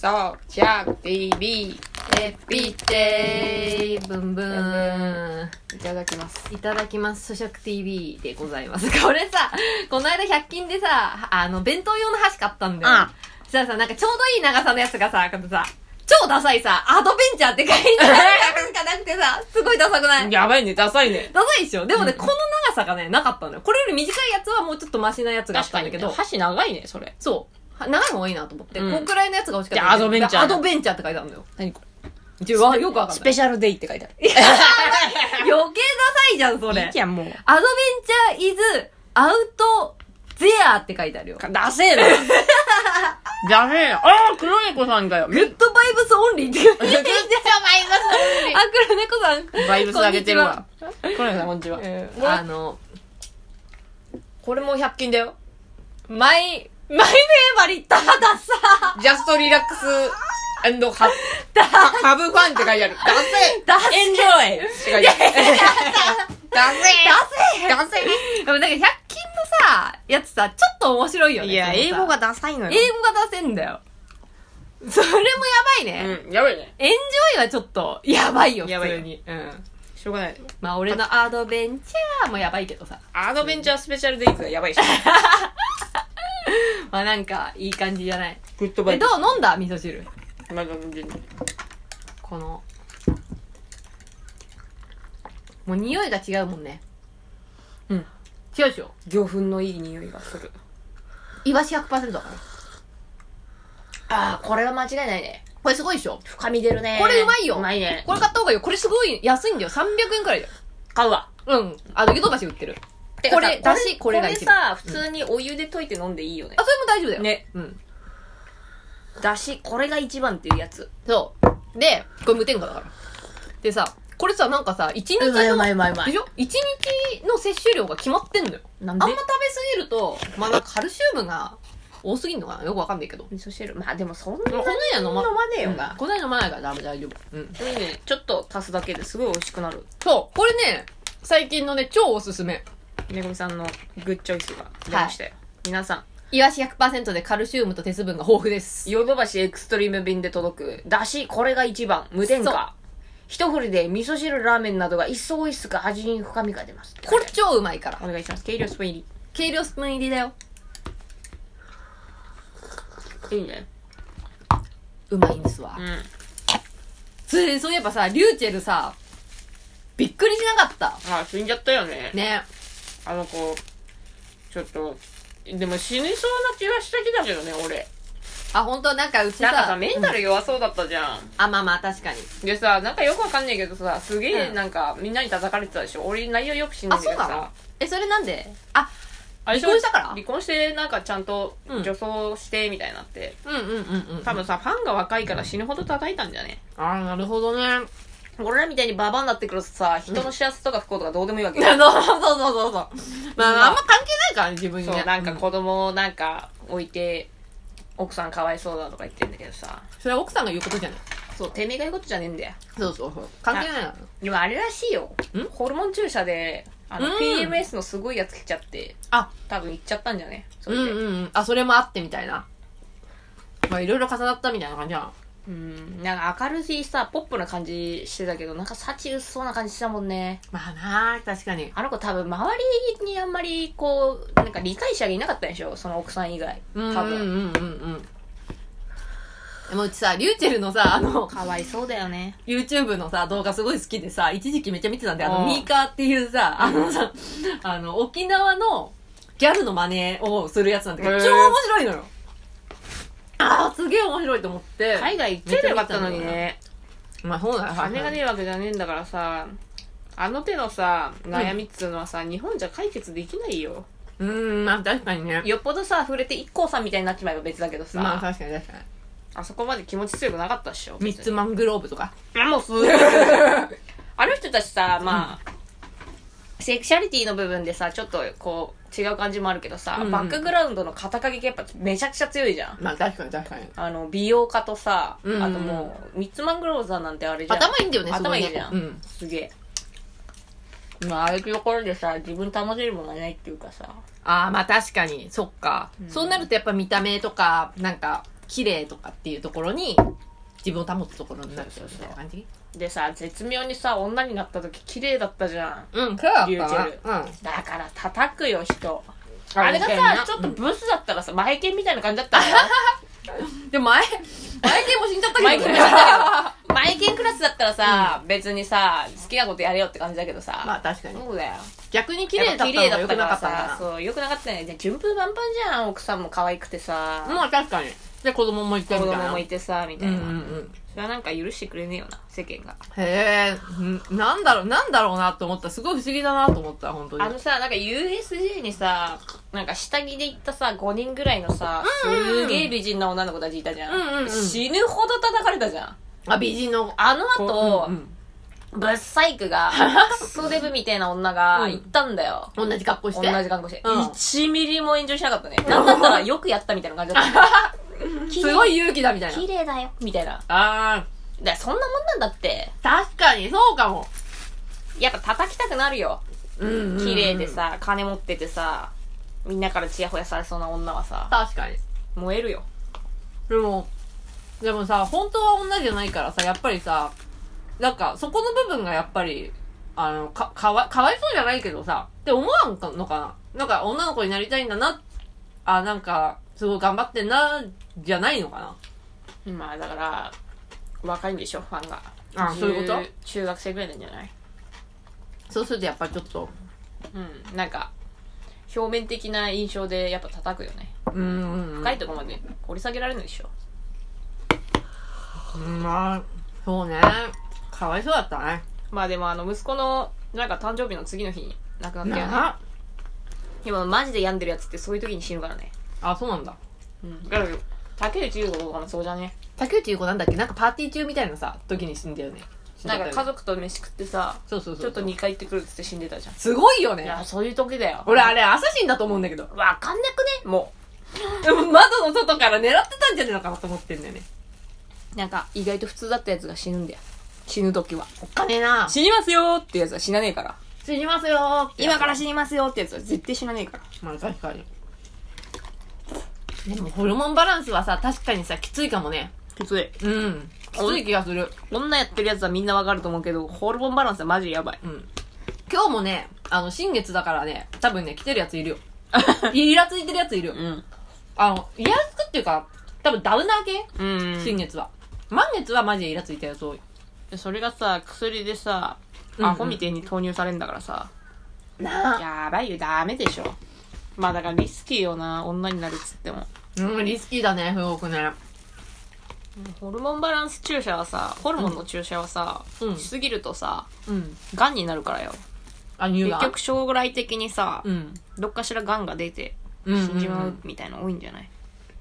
そうじゃあ BB エピテイブンブンいただきますいただきます咀嚼 TV でございます これさこの間100均でさあの弁当用の箸買ったんだよあそしたらさなんかちょうどいい長さのやつがさなんかさ超ダサいさアドベンチャーって書いてあるやつがなく てさすごいダサくないやばいねダサいねダサいでしょでもね、うんこの長さがねなかったのよこれより短いやつはもうちょっとマシなやつがあっ確たかんだにけねど箸長いねそれそうは長い方がいいなと思って、うんこんくらいのやつが欲しかったじゃあアドベンチャーアドベンチャーって書いてあるのよ何これちょわよくわかんスないペシャルデイって書いてある余計ダサいじゃんそれいいじゃんもうアドベンチャーイズアウトゼアって書いてあるよ。グダ セえなダセえなああ黒猫さんだよ めっちッドバイブスオンリーって書いてある。 ゃあ、黒猫さん。バイブス上げてるわ黒猫さんこんにちは、えこーれあの、これも100均だよマイ、マイフェーバリットださ。ジャストリラックス ハハブファンって書いてあるダセダえエンジョイって書いてあるダセえダセでもなんか100均のさ、やつさ、ちょっと面白いよえね。いやそのさ英語がダサいのよ英語が出せんだよ。それもやばいね。うんやばいねエンジョイはちょっと、やばいよ、やば普いよ通に。うん。しょうがないまあ、俺のアドベンチャーもやばいけどさ。アドベンチャースペシャルデイズがやばいしまあ、なんか、いい感じじゃない。グッドバえ、イどブう飲んだ味噌汁。まだ飲んでないこの。もう匂いが違うもんね。うん違うでしょ魚粉のいい匂いがするイワシ100%だから。ああこれは間違いないねこれすごいでしょ深み出るねこれうまいようまいねこれ買った方がいいよ。これすごい安いんだよ。300円くらいだよ。買うわうん。あの、ヨドバシ売ってる。てかさこれだしこれが一番これさ普通にお湯で溶いて飲んでいいよねあ、それも大丈夫だよ。ね。うん。だしこれが一番っていうやつそう。で、これ無添加だから。でさ、これさ、なんかさ、1日の、うまいうまでしょ ?1 日の摂取量が決まってんのよ。なんあんでま食べすぎると、まあなんかカルシウムが多すぎんのかなよくわかんないけど。味噌汁まあでもそんなこんなには飲ま飲まねえよう、なんこんなに飲まないからダメ大丈夫。うん。いいねちょっと足すだけですごい美味しくなるそう、これね、最近のね、超おすすめ。めぐみさんのグッチョイスが出ましたよ、皆さイワシ100%でカルシウムと鉄分が豊富ですん。ヨドバシエクストリーム便で届くだしこれが一番無添そう加一振りで味噌汁ラーメンなどが一層美味しく味に深みが出ますこれ超うまいからお。願いします軽量スプーン入軽量スプーン入りだよ。りいいねうまいんですわう。んそれで、そういえばさ、リューチェルさ、びっくりしなかった。あ死んじゃったよねね。あの子ちょっとでも死にそうな気がしてきたけどね俺あ、ほんと、なんかうちなんかささ、メンタうんル弱そうだったじゃん、あ、まあまあ、確かに。でさなんかよくわかんないけどさすげえうんなんか、みんなに叩かれてたでしょ俺内容よく知んないあ、んだけそうどなのさえ、それなんであ、あれでょ離婚したから離婚してなんかちゃんとうん女装してみたいになって、うんうんうんうん。多分さファンが若いから死ぬほど叩いたんじゃねあ、なるほどね。俺らみたいにババアになってくるとさ人 の幸せとか不幸とかどうでもいいわけそうよ、そうそうそう。まあまあ、あんま関係ないからね、自分にそね。うなんか子供をなんか置いて奥さんかわいそうだとか言ってんだけどさそれは奥さんが言うことじゃないそうてめえが言うことじゃねえんだよそうそうそう関係ないのでもあれらしいよんホルモン注射であのうん PMS のすごいやつ来ちゃってあ多分行っちゃったんじゃねそうれんでうんうんあそれもあってみたいなまあいろいろ重なったみたいな感じやうんなんか明るいさポップな感じしてたけどなんか幸薄そうな感じしたもんねまあなあ確かにあの子多分周りにあんまりこうなんか理解者がいなかったでしょその奥さん以外うんうんう多ん分うんうんでもうちさリューチェルのさあのかわいそうだよね YouTube のさ動画すごい好きでさ一時期めっちゃ見てたんであのうんミーカーっていうさあのさあの沖縄のギャルの真似をするやつなんだけどへー超面白いのよああすげえ面白いと思って海外行ってればよかったのにねまあそうだよ金がねえわけじゃねえんだからさあの手のさ悩みっつうのはさ、日本じゃ解決できないようんまあ確かにねよっぽどさ触れて IKKO さんみたいになっちまえば別だけどさ、まあ確かに確かにあそこまで気持ち強くなかったっしょ。ミッツマングローブとか。あ、もうすぐ あの人たちさ、まあ、セクシャリティの部分でさ、ちょっとこう、違う感じもあるけどさ、うんバックグラウンドの肩書きがやっぱめちゃくちゃ強いじゃん。まあ確かに確かに。あの、美容家とさ、うんあともう、ミッツマングローザーなんてあれじゃん。頭いいんだよね、頭いいすごじねゃん。うん。すげえ。まあ、ああいうところでさ、自分楽しむものがないっていうかさ、ああ、まあ確かに。そっか。そうなるとやっぱ見た目とか、なんか、綺麗とかっていうところに自分を保つところになってるみたいな感じでさ絶妙にさ女になった時綺麗だったじゃんうんそうだったリュウチェルうんだから叩くよ人ああれがみたいさなちょっとブスだったらさマイケンみたいな感じだ ったんだよで も前前系も死んじゃったけどマイケンみたいなマイケンクラスだったらさ、別にさ好きなことやれよって感じだけどさ、まあ確かにそうだよ逆に綺麗だったのが良くなかったやぱ綺麗だったからかさそうよくなかったねじゃあ順風満帆じゃん奥さんも可愛くてさ、なまあ確かにで子供もいて子みたい供なもいてさみたういんうな、んうんそれはなんか許してくれねえよな世間がへえんなんだろうなんだろうなと思ったすごい不思議だなと思った本当にあのさなんか USJ にさなんか下着で行ったさ5人ぐらいのさ、うんうすんげえ美人な女の子たちいたじゃん,、うんうんうん死ぬほど叩かれたじゃんあ美人のあの子後、うんうんブッサイクがクソデブみたいな女が行ったんだよ、同じ格好し同てじ看護師、うん1ミリも炎上しなかったねなんだったらよくやったみたいな感じだった すごい勇気だみたいな綺麗だよみたいなあだからそんなもんなんだってー確かにそうかもやっぱ叩きたくなるようん綺麗ででさ金持っててさみんなからチヤホヤされそうな女はさ確かに燃えるよでもでもさ本当は女じゃないからさやっぱりさなんかそこの部分がやっぱりあのかかわかわいそうじゃないけどさって思わんかのかななんか女の子になりたいんだなあなんかすごい頑張ってんなじゃないのかまあだから若いんでしょファンがな中中学生ぐらいなんじゃないそうするとやっぱりちょっとうんなんか表面的な印象でやっぱ叩くよねうーん深いとこまで掘り下げられるでしょうんまあそうねかわいそうだったねまあでもあの息子のなんか誕生日の次の日に亡くなったよねなでもマジで病んでるやつってそういう時に死ぬからねあそうなんだうんだから竹内優子とかもそうじゃね竹内優子なんだっけなんかパーティー中みたいなさ時に死んだよなねんか死だ家よね族と飯食ってさそうそうそうちょっと2回行ってくるっつって死んでたじゃんすごいよいねやそういう時だよ俺あれアサシンだと思うんだけど わかんなくねもでも窓の外から狙ってたんじゃねえのかなと思ってんだよねうなんか意外と普通だったやつが死ぬんだよ死ぬ時はお金な死にますよーってやつは死なねえから死にますよーって今から死にますよーってやつは絶対死なねえからまあ確かにでもホルモンバランスはさ確かにさきついかもねきついうんきつい気がする女やってるやつはみんなわかると思うけどホルモンバランスはマジやばいうん今日もねあの新月だからね多分ね来てるやついる よイラついてるやついるようんあのイラつくっていうか多分ダウナー系うん新月は満月はマジでイラついたやつ多いそれがさ薬でさうんうんアホみてえに投入されんだからさ、なあやばいよダメでしょまあだからリスキーよな女になるっつってもうんリスキーだねすごくねホルモンバランス注射はさホルモンの注射はさ、うんしすぎるとさうんがんになるからよあ乳結がん局将来的にさ、うんどっかしらがんが出てう死んじまんうみたいなの多いんじゃない、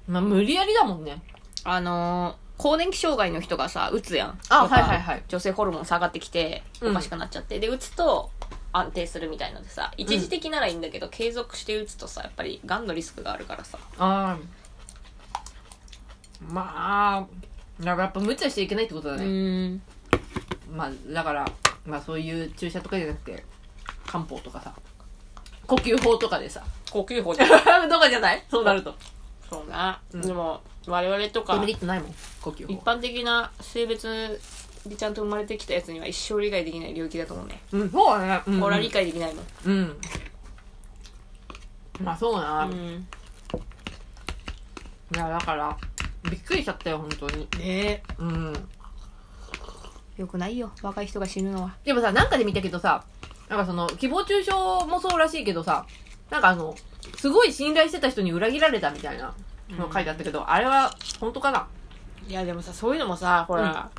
まあ、無理やりだもんね。あのー更年期障害の人がさうつやんあやっぱはいはいはい女性ホルモン下がってきてうんおかしくなっちゃって、でうつと安定するみたいのでさ一時的ならいいんだけど、継続してうつとさやっぱりがんのリスクがあるからさああ。まあ、だからやっぱ無茶しちゃいけないってことだうね。んまあ、だから、まあそういう注射とかじゃなくて、漢方とかさ、 呼吸法とかでさ、呼吸法で とかじゃないそうなると。 そうな、うんでも我々とかデメリットないもん、呼吸一法。般的な性別でちゃんと生まれてきたやつには一生理解できない領域だと思うね、うん、そうだね。うん、俺は理解できないもん、うん。まあそうな。いん、や、だから、びっくりしちゃったよ、本当に。ねうん。えよくないよ若い人が死ぬのはでもさ、なんかで見たけどさ、なんかその、誹謗中傷もそうらしいけどさ、なんかあの、すごい信頼してた人に裏切られたみたいなの書いてあったけど、あれは本当かないやでもさそういうのもさほら、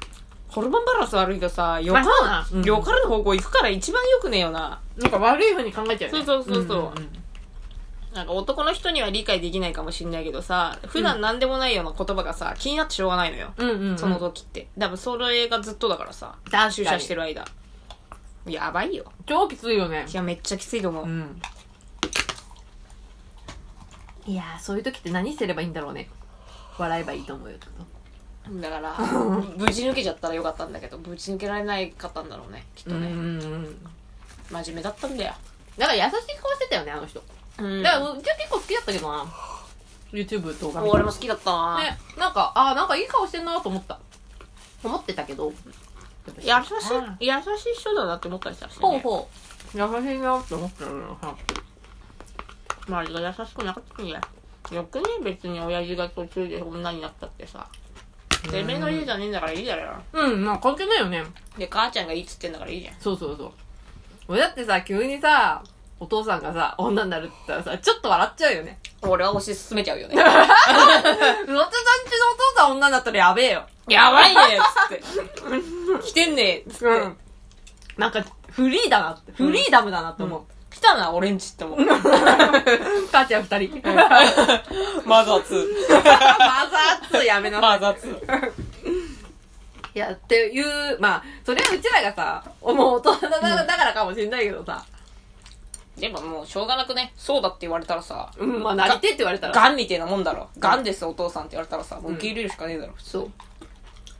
ホルモンバランス悪いとさよかまあらそうだなよからの方向行くから一番よくねえよななんか悪い風に考えちゃうよね。そうそうそうそうんんんなんか男の人には理解できないかもしんないけどさ普段何でもないような言葉がさ気になってしょうがないのよ、うんうんうん。その時って多分それがずっとだからさ確かに注射してる間やばいよ超きついよねい。やめっちゃきついと思う、うん。いやー、そういう時って何すればいいんだろうね。笑えばいいと思うよ、ちょっとだから ぶち抜けちゃったらよかったんだけどぶち抜けられないかったんだろうねきっとうんね、うんうん。真面目だったんだよ、だから優しい顔してたよね、あの人。うんだから、うちは結構好きだったけどな。 YouTube 動画見て俺も好きだったな、ね、なんか、あーなんかいい顔してんなと思った。思ってたけど。優しい優しい人だなって思ったりしたし、ね、ほうほう。優しいなって思ったよね。周りが優しくなかったんだよくね別に親父が途中で女になったってさてめえの家じゃねえんだからいいだろうん、まあ関係ないよね。で母ちゃんがいいっつってんだからいいじゃんそうそうそう。俺だってさ、急にさ、お父さんがさ、女になるって言ったらさ、ちょっと笑っちゃうよね。俺は推し進めちゃうよね うわちゃさんちのお父さん女になったらやべえよ。やばいねっつって 来てんねえっつって、うんなんか、フリーだなって。フリーダムだなって思う。来たな俺んちって思う 母ちゃん二人。マ マザー2ザー2 やめなさい。マザー2いや、っていう、まあ、それはうちらがさ、もう大人だだからかもしんないけどさ、でももうしょうがなくねそうだって言われたらさうん、まあ、なりてって言われたら。ガンみたいなもんだろガンですお父さんって言われたらさもう受け入れるしかねえだろ、そう。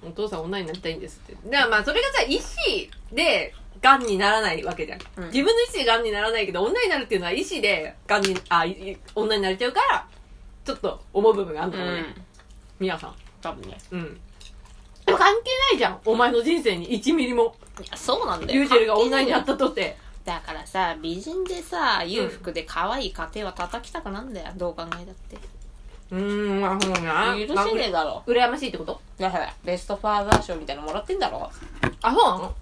お父さん女になりたいんですって。だからまあ、それがさ、意思で、癌にならないわけじゃん。うん自分の意思で癌にならないけど、女になるっていうのは意思で、癌に、あ、いい女になれちゃうから、ちょっと思う部分があるんだろうね。み、やさん。多分ねうん。でも関係ないじゃん。お前の人生に1ミリも。いやそうなんだよリュージェルが女になったとて。だからさ美人でさ裕福で可愛い家庭は叩きたくなんだよどう考えだってうーん、まあ、そうね。許せねえだろ羨ましいってことだからベストファーザー賞みたいなのもらってんだろあ、そうなの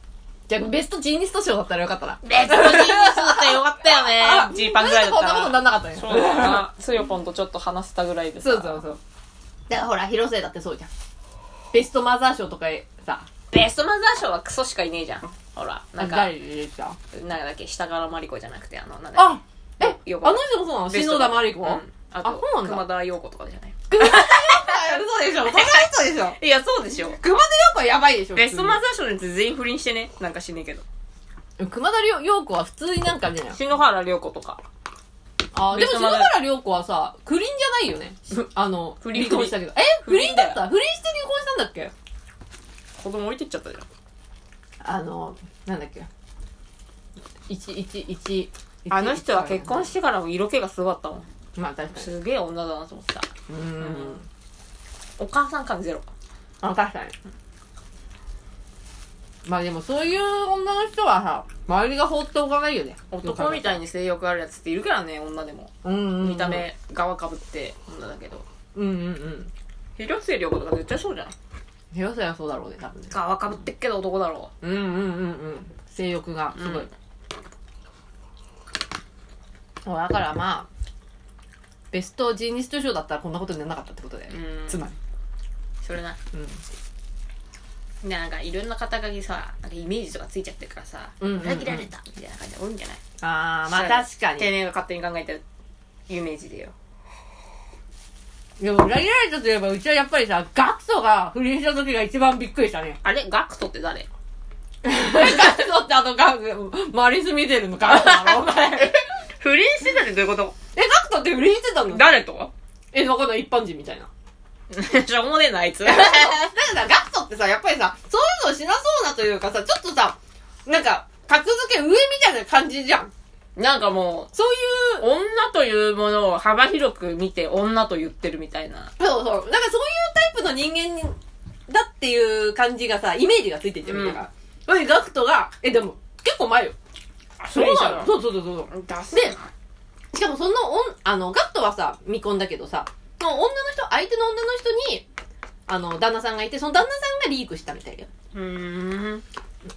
じゃあ、ベストジーニスト賞だったらよかったな。ベストジーニスだったらよかったよあねジーパンぐらいだっなんたでこんなことにらなんなかったね。そうだなつよぽんとちょっと話したぐらいでさそうそうそう。だからほら、広末だってそうじゃん。ベストマザー賞とかさ、ベストマザー賞はクソしかいねえじゃんほらなんか誰入れてたなんだっけ下からマリコじゃなくてあのなんだっあえ、あのよ人かったもそうなのけベス篠ト田麻里う子も。んあとあそうなんだ熊田陽子とかじゃない嘘でしょそれは嘘でしょ いやそうでしょ熊田涼子はやばいでしょベストマザザー賞のやつ全員不倫してねなんかしねえけどー熊田涼子は普通になんかね、篠原涼子とかあーベでもスト篠マザー原涼子はさ、不倫じゃないよね。あの、不倫離婚したけど。え不不倫倫だだよった不倫して離婚したんだっけ子供置いてっちゃったじゃんあの、なんだっけ。一一一あの人は結婚してからも色気がすごかったもん。まあ確かに。すげえ女だなと思ってた。うん。お母さん感ゼロ。あ、確かに。まあでもそういう女の人はさ、周りが放っておかないよね。男みい。たいに性欲あるやつっているからね、女でも。うんうん、うん。見た。目、側かぶって女だけど。うんうんうん。広末涼子とか絶対そうじゃん。広瀬はそうだろうね、多分ね。側かぶってっけど男だろうんうんうんうん。性欲がう。すごい。うんそうだからまあ、ベストジーニスト賞だったらこんなことにならなかったってことだよね。うんつまり。それな。うん。でなんかいろんな肩書きさ、なんかイメージとかついちゃってるからさ、うんうんうん裏切られたみたいな感じ多いんじゃないあー、まあ確かに。定年が勝手に考えてるイメージでよ。でも裏切られたといえば、うちはやっぱりさ、ガクトが不倫した時が一番びっくりした ね。あれガクトって誰ガクトってあのガク、マリス・ミゼルのガクトだろ、お前。 不倫してたってどういうことえ、ガクトって不倫してたの誰とえ、わかんない、一般人みた いな。 しょうもねえな、あい つ。だからさ、ガクトってさ、やっぱりさ、そういうのしなそうなというかさ、ちょっとさ、なんか、格付け上みたいな感じじゃん。なんかもそうう、いう、女というものを幅広く見て女と言ってるみたいな。そうそう。なんかそういうタイプの人間にだっていう感じがさ、イメージがついてってるから。うん、ガクトが、え、でも、結構前よ。のそうそうそうそう。出せでしかもそのおんあの、ガットはさ、未婚だけどさ、その女の人、相手の女の人に、あの、旦那さんがいて、その旦那さんがリークしたみたいよ。うーん。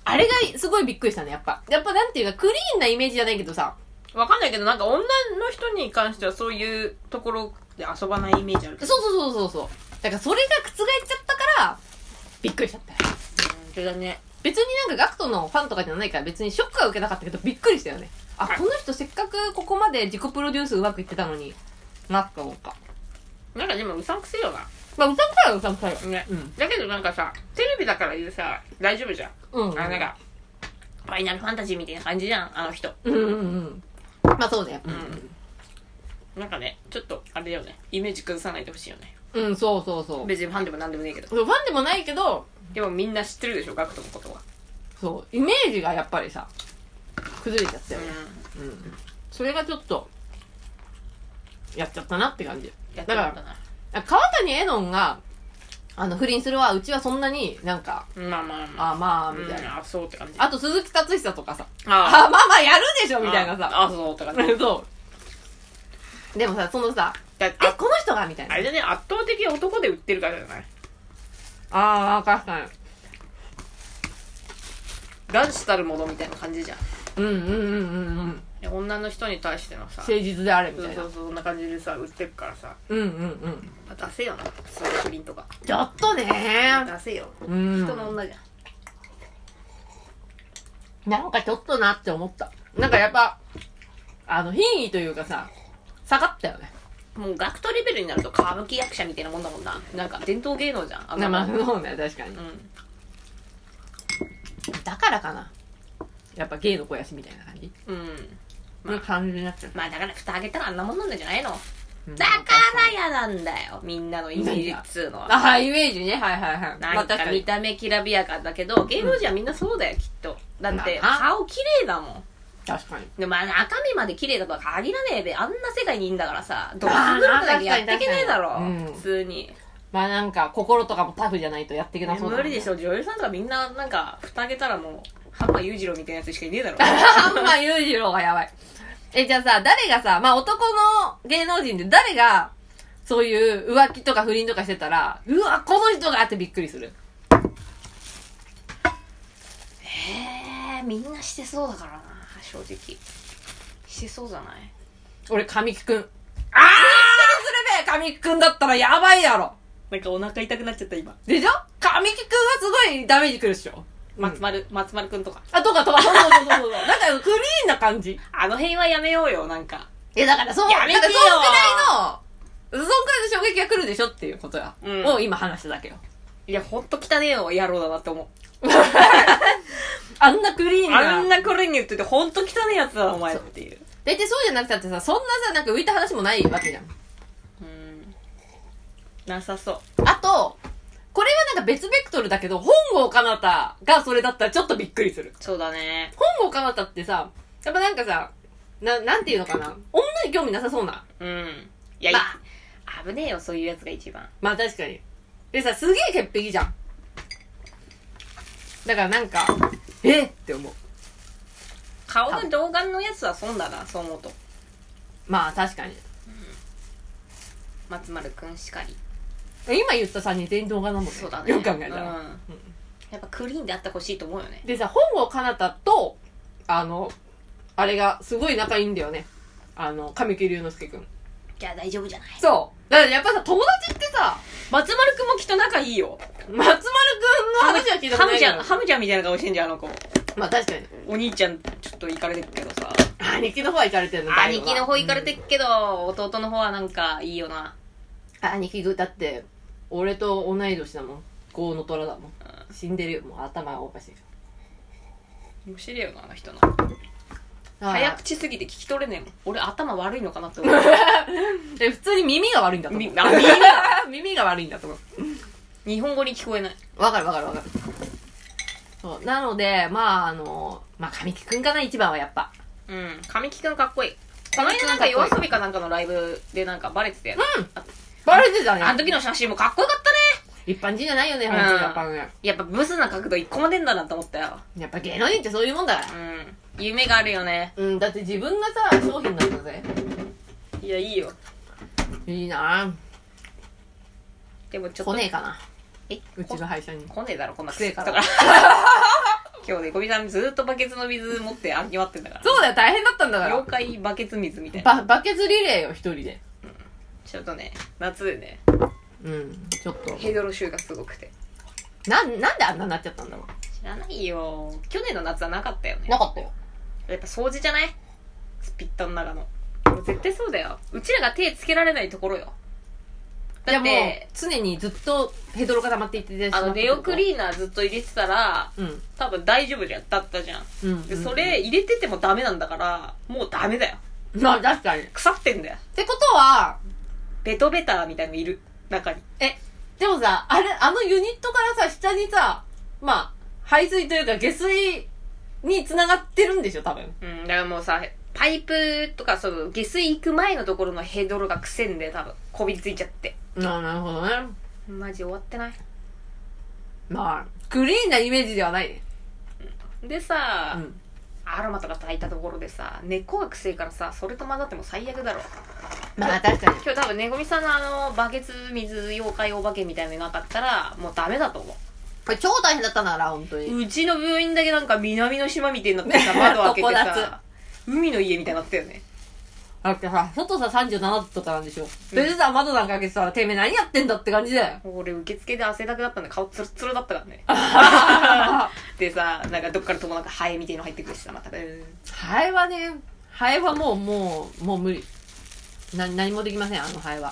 あれがすごいびっくりしたね、やっぱ。やっぱなんていうか、クリーンなイメージじゃないけどさ、わかんないけど、なんか女の人に関してはそういうところで遊ばないイメージあるけそど。うそうそうそうそう。だからそれが覆っちゃったから、びっくりしちゃったよ。うんそれだね。別になんかガクトのファンとかじゃないから別にショックは受けなかったけど、びっくりしたよね。あ、この人せっかくここまで自己プロデュースうまくいってたのに、なって思った。なんかでもうさんくせえよな。まあ、歌くさいは歌くさいよ。ね。うん。だけどなんかさ、テレビだから言うさ、大丈夫じゃん。うん、あ、なんか、ファイナルファンタジーみたいな感じじゃん、あの人。うんうんうん。まあそうだよ。なんかね、ちょっと、あれだよね。イメージ崩さないでほしいよね。うん、うん、そうそうそう。別にファンでもなんでもねえけど。そうファンでもないけど、でもみんな知ってるでしょ、ガクトのことは。そう、イメージがやっぱりさ、崩れちゃったよね。うん。それがちょっと、やっちゃったなって感じ。やっだてかもららったな川谷絵音が、あの、不倫するは、うちはそんなになんか、まあまあまああまあ、みみたたいいな。なあそうって感じあと、鈴木達久とかさ、ああ、まあまあ、やるでしょ、みたいな さ。ああそうって感じそう。でもさ、そのさ、だえ、あこの人がみたいなあ。れだね圧倒的に男で売ってるからじゃないああ、確かに。男子たるものみたいな感じじゃんうんうんうんうんうん。で女の人に対してのさ誠実であれみそたういな。そうそうそんな感じでさ売ってるからさうんうんうん。出せよなその不倫とかちょっとね出せようん。人の女じゃんなんかちょっとなって思った。なんかやっぱ、あの、品位というかさ、下がったよね。もう学徒レベルになると歌舞伎役者みたいなもんだもんななんか伝統芸能じゃんあんなもまあ、んそうね、確かにう。んだからかな。やっぱ芸の肥やしみたいな感じうんまあの感じになっちゃった。まあだから蓋開けたらあんなもんなんじゃないのうんだから嫌なんだよみんなのイメージっつうのはあ、はい、イメージね。はいはいはい。まなあんか見。た目きらびやかだけど芸能人はみんなそうだよきっとだってまあな顔綺麗だもん確かに。でもあの中身まで綺麗だとは限らねえべあんな世界にいんだからさどうするんだけやってけねえだろあー確かに確かにうん普通にまあなんか、心とかもタフじゃないとやっていけなそうだも無ん理でしょ女優さんとかみんななんか蓋開けたらもう浜裕次郎みたいなやつしかいねえ だろハンマ裕次郎がやばい。え、じゃあさ、誰がさ、まあ男の芸能人で誰が、そういう浮気とか不倫とかしてたら、うわ、この人がってびっくりする。へえみんなしてそうだからな正直してそうじゃない俺、神木くん。あーびっくりするべ神木くんだったらやばいやろなんかお腹痛くなっちゃった今でしょ神木くんはすごいダメージくるっしょ。松丸、松丸くんとかあ、とかと か、そうそうそうそうそう。なんかクリーンな感じ。あの辺はやめようよなんかえ、だからそう、やめてよなんかそんくらいの、そんくらいの衝撃が来るでしょっていうことや。うんを今話しただけよ。いやほんと汚ねえの野郎だなって思うあんなクリーンな。あんなこれに言っててほんと汚ねえやつだなお前っていう大体そうじゃなくたってさ、そんなさ、なんか浮いた話もないわけじゃん。うんなさそうあと、これはなんか別ベクトルだけど、本郷かなたがそれだったらちょっとびっくりする。そうだね本郷かなたってさ、やっぱなんかさ、な、なんていうのかな。女に興味なさそうな。うんいや、いま危ねえよそういうやつが一番まあ確かに。でさ、すげえ潔癖じゃん。だからなんか、えって思う。顔の動画のやつは損だなそう思うとまあ確かに。松丸くんしかり今言ったさ、似てん動画なもんね。そうだねよく考えたら。うんやっぱクリーンであってほしいと思うよねでさ、本郷かなたと、あの、あれがすごい仲いいんだよね。あの、神木隆之介くん。いや大丈夫じゃないそう。だからやっぱさ、友達ってさ、松丸くんもきっと仲いいよ松丸くんの話は聞いたこハとなムいちけゃんど。ハムちゃんみたいな顔してんじゃんあの子まあ確かに。お兄ちゃんちょっと行かれてるけどさ兄貴の方は行かれてるのだい兄ぶ貴の方行かれてっけど、弟の方はなんかいいよなうん兄貴ぐ、だって、俺と同い年だもん。豪の虎だもん。死んでるよ。もう頭がおかしい。面白いよなあの人の早早く。口すぎて聞き取れねえもん俺頭悪いのかなって思うで、普通に耳が悪いんだと思うみ。 あみんな耳が悪いんだと思う。日本語に聞こえないわかるわかるわかる。そう。なので、まあ、あの、まあ、神木くんかな、一番はやっぱ。うん神木くんかっこいいこの間なんか神木くんかっこいい夜遊びかなんかのライブでなんかバレてたやつ、うんバレてたね。あの時の写真もかっこよかったね一般人じゃないよね、うん本当にやっぱね。やっぱブスな角度一個も出んだなと思ったよやっぱ芸能人ってそういうもんだから。うん夢があるよねうん、だって自分がさ、商品なんだぜ。いやいいよいいなでもちょぁ。っと来ねえかな。えうちこの歯医者に。来ねえだろこんなくせえ癖かからら 今日ねゴミさんずーっとバケツの水持って歩き回ってんだかそうだよ、大変だったんだらか妖怪バケツ水みたいら。なバ、バケツリレーよ、一人で。ちょっとね夏でねうん、ちょっと。ヘドロ臭がすごくてなん、なんであんなになっちゃったんだろ知らないよ去年の夏はなかったよう。ねなかったよ。やっぱ掃除じゃないスピッタの中のもう絶対そうだようちらが手つけられないところよじゃだあっもうて、常にずっとヘドロが溜まっていっててあのネオクリーナーずっと入れてたらうん。多分大丈夫じゃんだったじゃんうん。でそれ入れててもダメなんだからもうダメだようん。まあ確かに。っ腐ってんだよてことは、ベトベターみたいのいる中にえ、でもさ、あれ、あのユニットからさ、下にさ、まあ、排水というか下水に繋がってるんでしょ、多分。うんだからもうさパイプとか、その、下水行く前のところのヘドロが癖んで、多分、こびりついちゃって。あなるほどね。マジ終わってないまあ、クリーンなイメージではないね。でさ、うん。アロマとか炊いたところでさ、根っこが臭いからさ、それと混ざっても最悪だろ。まあ確かに。今日多分、ねごみさんのあの、バケツ水妖怪お化けみたいなのなかったら、もうダメだと思う。これ超大変だったんだな、本当に。うちの病院だけなんか南の島みたいになってさ、窓開けて常さ、海の家みたいになったよね。だってさ、外さ37度とかなんでしょ。それでさ、窓なんか開けてさ、てめえ何やってんだって感じ だよ。俺受付で汗だくだったんで顔ツルツルだったからね。でさ、なんかどっからともなんかハエみたいの入ってくるしさ、また。うんハエはね、ハエはもう、もう、もう無理。な、何もできません、あのハエは。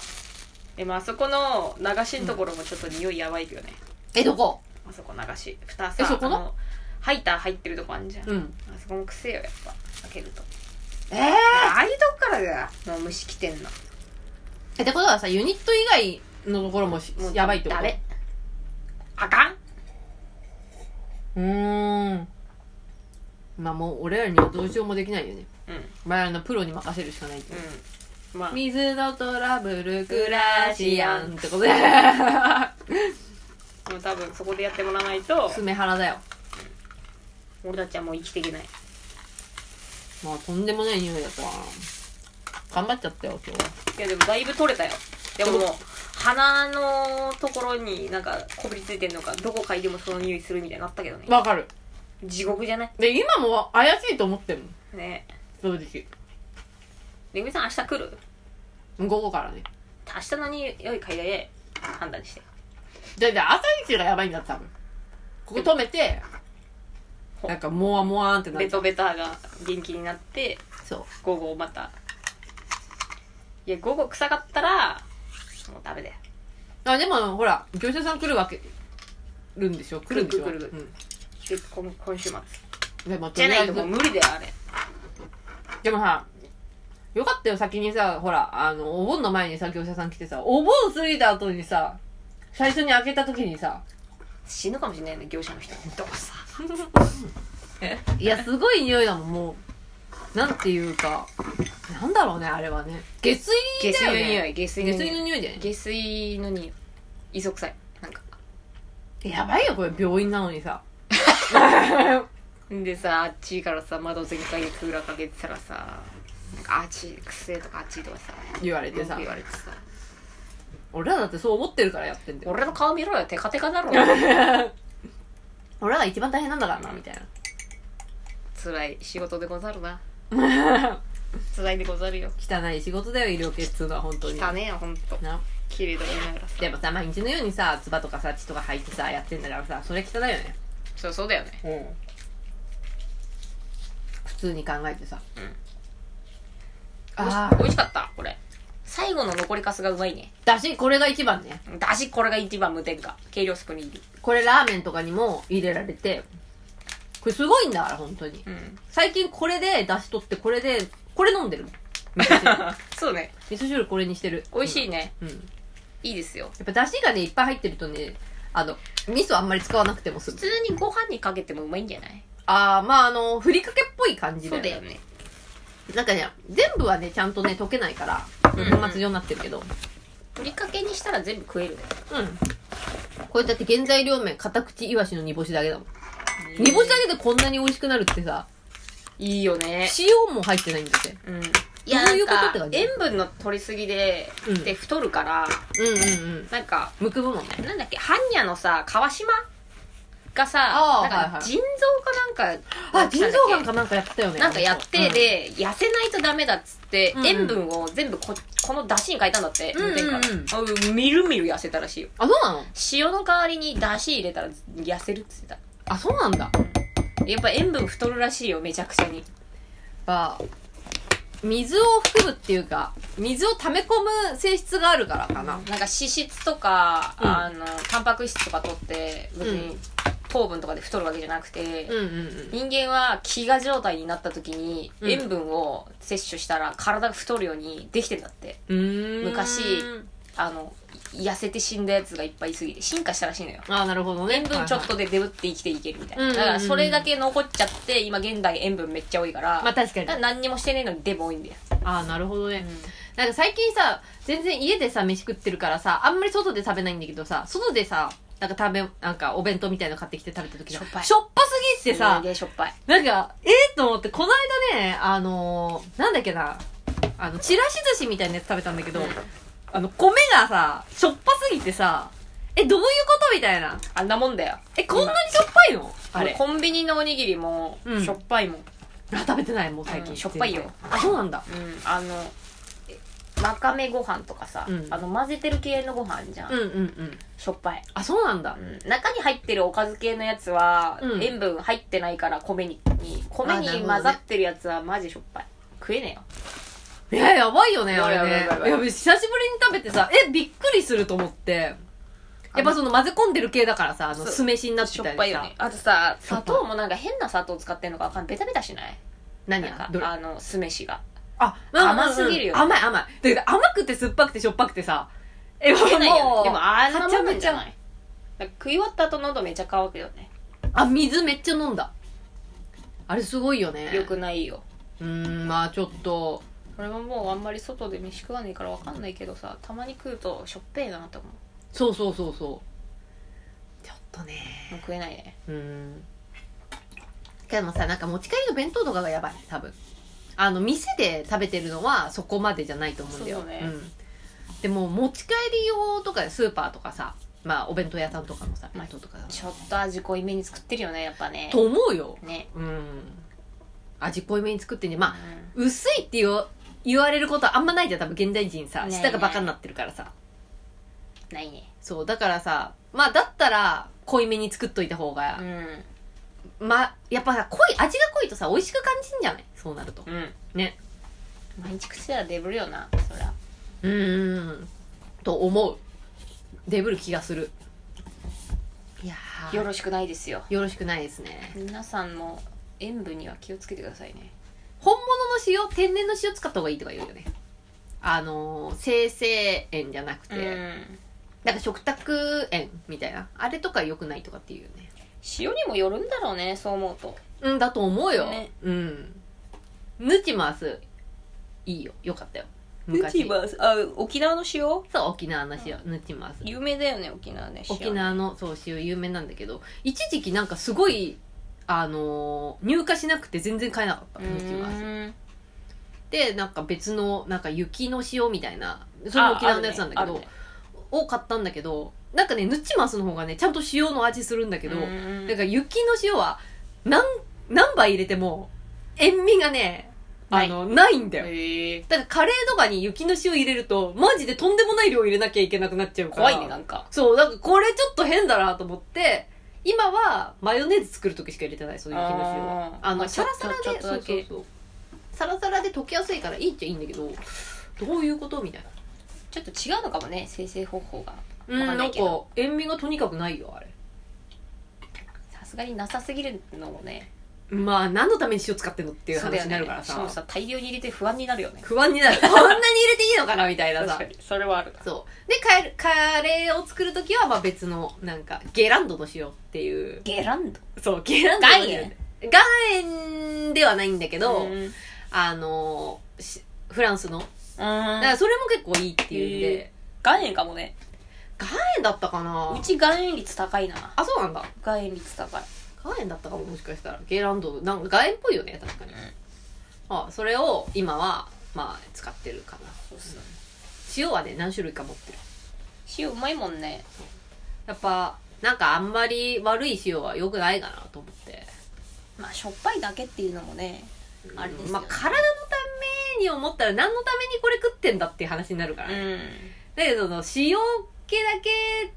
でもあそこの流しのところもちょっと匂いやばいけどね。え、どこあそこ流し。蓋えさ、そこのあの、ハイター入ってるとこあんじゃん。うん。あそこも臭えよ、やっぱ。開けると。えああいうとこからだよ。の虫来てんの。ー、ってことはさ、ユニット以外のところもしもうやばいってことダメ。あかんうーん。まあもう、俺らにはどうしようもできないよね。うん。まあ、あの、プロに任せるしかないっていう。うん。まあ、水のトラブルクラシアンってこと で。もう多分そこでやってもらわないと、爪腹だよ。俺たちはもう生きていけない。まあ、とんでもない匂いだったな。頑張っちゃったよ、今日は。いやでもだいぶ取れたよでももう鼻のところになんかこびりついてんのかどこ嗅いでもその匂いするみたいになったけどねわかる。地獄じゃないで、今も怪しいと思ってるもん。ね正直。えめぐみさん明日来る午後からね。明日の匂い嗅いで判断してだって朝一がやばいんだった分。ここ止めて、なんか、もわもわーんってなっベちゃう。トベタが元気になってそう。午後またいや午後臭かったらもうダメだよあ、でも、ほら、業者さん来るわけ、るんでしょ来るんでしょ来る来る来で今今週末うん。でも、とじゃりなあえいずともう、無理だよあれでもさ、よかったよ、先にさ、ほら、あの、お盆の前にさ、業者さん来てさ、お盆過ぎた後にさ、最初に開けた時にさ、死ぬかもしれないよね業者の人どうさいや、すごい匂いだもん、もう。なんていうか、なんだろうね、あれはね。下水下水だのよね。匂い下水の下水匂のい匂いだよね。下水の匂い磯臭いなんかやばいよ、これ、病院なのにさ。でさあっちからさ窓全開でクーラーかけてたらさなんかあっちくせえとかあっちとかさ言われて文さ句言。われてさ俺らだってそう思ってるからやってんだよ。俺の顔見ろよテカテカだろ俺らが一番大変なんだからな、みたいな。辛い仕事でござる な辛いでござるよ汚い仕事だよ、医療系っつうのは、本当に。汚ねえよほんとな綺麗とか言いながらさでもさ、毎日のようにさ、唾とかさ、血とか吐いてさ、やってんだからさ、それ汚いよね。そうそうだよねうん。普通に考えてさ。うんあ美味しかったこれ最後の残りかすがうまいねあ、だし、これが一番ね。だしこれが一番無添加軽量スプリングこれラーメンとかにも入れられて、これすごいんだから、本当に。 うん最近これで出し取って、これで、これ飲んでるもん。そうね味噌汁これにしてる。美味しいね、うん。うん。やいいですよっぱ出汁がね、いっぱい入ってるとね、あの、味噌あんまり使わなくてもす普む。通にご飯にかけてもうまいんじゃないああ、まああの、ふりかけっぽい感じそうで。だよねなんかね、全部はね、ちゃんとね、溶けないから、うん粉末状になってるけど。ふりかけにしたら全部食えるねうん。これだって原材料名、片口イワシの煮干しだけだもん。煮干しだけでこんなに美味しくなるってさ、いいよね塩も入ってないんだって。うんいどういうことって感じ塩分の取りすぎで、うんで太るからうんうんうん。なんかむくむもんね。なんだっけ般若のさ川島がさあーなんはいかはい腎臓かなんかあ、腎臓ながんんだっかなんかやってたよけね。なんかやって、で、痩せないとダメだっつって、うんうん塩分を全部ここの出汁に変えたんだって、うんうんうん無添加みるみる痩せたらしいよあの。あ、そうなの塩の代わりに出汁入れたら痩せるっつってたあ、そうなんだ。やっぱ塩分太るらしいよめちゃくちゃには、水を含むっていうか、水を溜め込む性質があるからかな。なんか脂質とか、うんあのタンパク質とか取って別うに糖分とかで太るわけじゃなくて、うんうんうん。人間は飢餓状態になった時にうん塩分を摂取したら体が太るようにできてんだってうーん昔あの痩せて死んだやつがいっぱいいすぎて進化したらしいのよああ、なるほどね。塩分ちょっとはいでデブって生きていけるみたいな、うんうんうんだからそれだけ残っちゃって今現代塩分めっちゃ多いから,、はいまあ確かに。あ何にもしてねえのにデブ多いんだよ、あー、なるほどね。なんか最近さ、全然家でさ、飯食ってるからさ、あんまり外で食べないんだけどさ、外でさ、なんか食べ、なんかお弁当みたいなの買ってきて食べた時しょっぱいしょっぱすぎってさす、げえしょっぱいなんか、えー、と思って、この間ね、あのーなんだっけな、あの、ちらし寿司みたいなやつ食べたんだけど、あの、米がさ、しょっぱすぎてさ、え、どういうことみたいな。あんなもんだよえ、こんなにしょっぱいのああれれ。コンビニのおにぎりもうんしょっぱいもん、あ、食べてない、もう最近。うんしょっぱいよ。あ、そうなんだ。うん、あのえわかめご飯とかさ、うんあの混ぜてる系のご飯じゃん、うんうんうん。しょっぱい、あ、そうなんだう。ん、中に入ってるおかず系のやつは、うん塩分入ってないから米にに米にあなるほどね混ざってるやつはマジしょっぱい食えねえよいや、やばいよね、あれやばいやねばいや。ばいいや、久しぶりに食べてさ、え、びっくりすると思って。やっぱその混ぜ込んでる系だからさ、あの、そう酢飯になってしたょりさ。っぱいよねあとさしょ砂っぱい糖もなんか変な砂糖使ってんのかわかんベタベタしない何なんやかどれあの酢飯があ、まあまあ甘すぎるようん甘い甘い。だけど甘くて酸っぱくてしょっぱくてさ。え、もう食えないよねでもあんなはもちゃんなんめじちゃゃな。いだから食い終わった後喉めっちゃ乾くよねあ、水めっちゃ飲んだ。あれすごいよね。よくないようーん、まあちょっと。これももうあんまり外で飯食わねえからわかんないけどさたまに食うとしょっぺえなと思うもそうそうそうそう。ちょっとね。う食えないねうーん。でもさ、なんか持ち帰りの弁当とかがやばい、多分。あの、店で食べてるのはそこまでじゃないと思うんだよ。そうねん。でも、持ち帰り用とかでスーパーとかさ、まあお弁当屋さんとかのさ、弁当とかさちょっと味濃いめに作ってるよねやっぱねと思うよ。ねうん味濃いめに作ってんねまあうん薄いって言わ言われることはあんまないじゃん多分現代人さないね舌がバカになってるからさないねそうだからさまあだったら濃いめに作っといた方うが、んまあやっぱさ濃い味が濃いとさ美味しく感じんじゃないそうなるとうんね毎日食ってたらデブるよなそりゃうーんと思うデブる気がするいやーよよろしくないですよろしくないですね皆さんも塩分には気をつけてくださいね本物の塩天然の塩使った方がいいとか言うよねあのー生成塩じゃなくて、うんなんか食卓園みたいな。あれとか良くないとかっていうよね。塩にもよるんだろうねそう思うとうん、だと思うよ。ねうん。ヌチマス、いいよ。よかったよ。昔。スあ沖縄の塩そう、沖縄の塩、ヌチマス。有名だよね沖縄で塩沖縄の、そう、塩有名なんだけど、一時期なんかすごい、あのー入荷しなくて全然買えなかった。うヌチマス。んで、なんか別の、なんか雪の塩みたいな、それも沖縄のやつなんだけど、ああるねを買ったんだけど、なんかね、ヌチマスの方がね、ちゃんと塩の味するんだけど、うんだから雪の塩は何、何杯入れても塩味がね、あの、ないんだよ。へえだからカレーとかに雪の塩入れると、マジでとんでもない量入れなきゃいけなくなっちゃうか怖ら。いねなんかそう、なんかこれちょっと変だなと思って、今はマヨネーズ作る時しか入れてない、その雪の塩は。あーあまの、あサラサラちょで、ちょそっとうだそうけそう。サラサラで溶けやすいからいいっちゃいいんだけど、どういうことみたいな。ちょっと違うのかもね生成方法がうん、わかなんんないかけど塩味がとにかくないよ、あれ。さすがになさすぎるのもねまあ、何のために塩使ってんのっていうそうだよ話にねなるからしかもさ大量に入れて不安になるよね不安に なる。こんなに入れていいのかなみたいな確さか。にそれはあるそう。で、カレーカレーを作るときは、まあ別の、なんか、ゲランドの塩っていう。ゲランドそう、ゲランドの塩岩塩岩塩ではないんだけど、うんあのしフランスの。だから岩それも結構いいっていうんで。塩かもね岩塩だったかなうち岩塩率高いなあ、そうなんだ。岩塩率高い岩塩だったかも、もしかしたら。ゲランド、なんか岩塩っぽいよね、確かに。あ、それを今は、まあ、使ってるかな。そうっすね塩はね、何種類か持ってる。塩うまいもんねやっぱ、なんかあんまり悪い塩は良くないかなと思って。まあしょっぱいだけっていうのもねあれですよねまあ、体のために思ったら何のためにこれ食ってんだっていう話になるから、ねうだけどその塩気だけ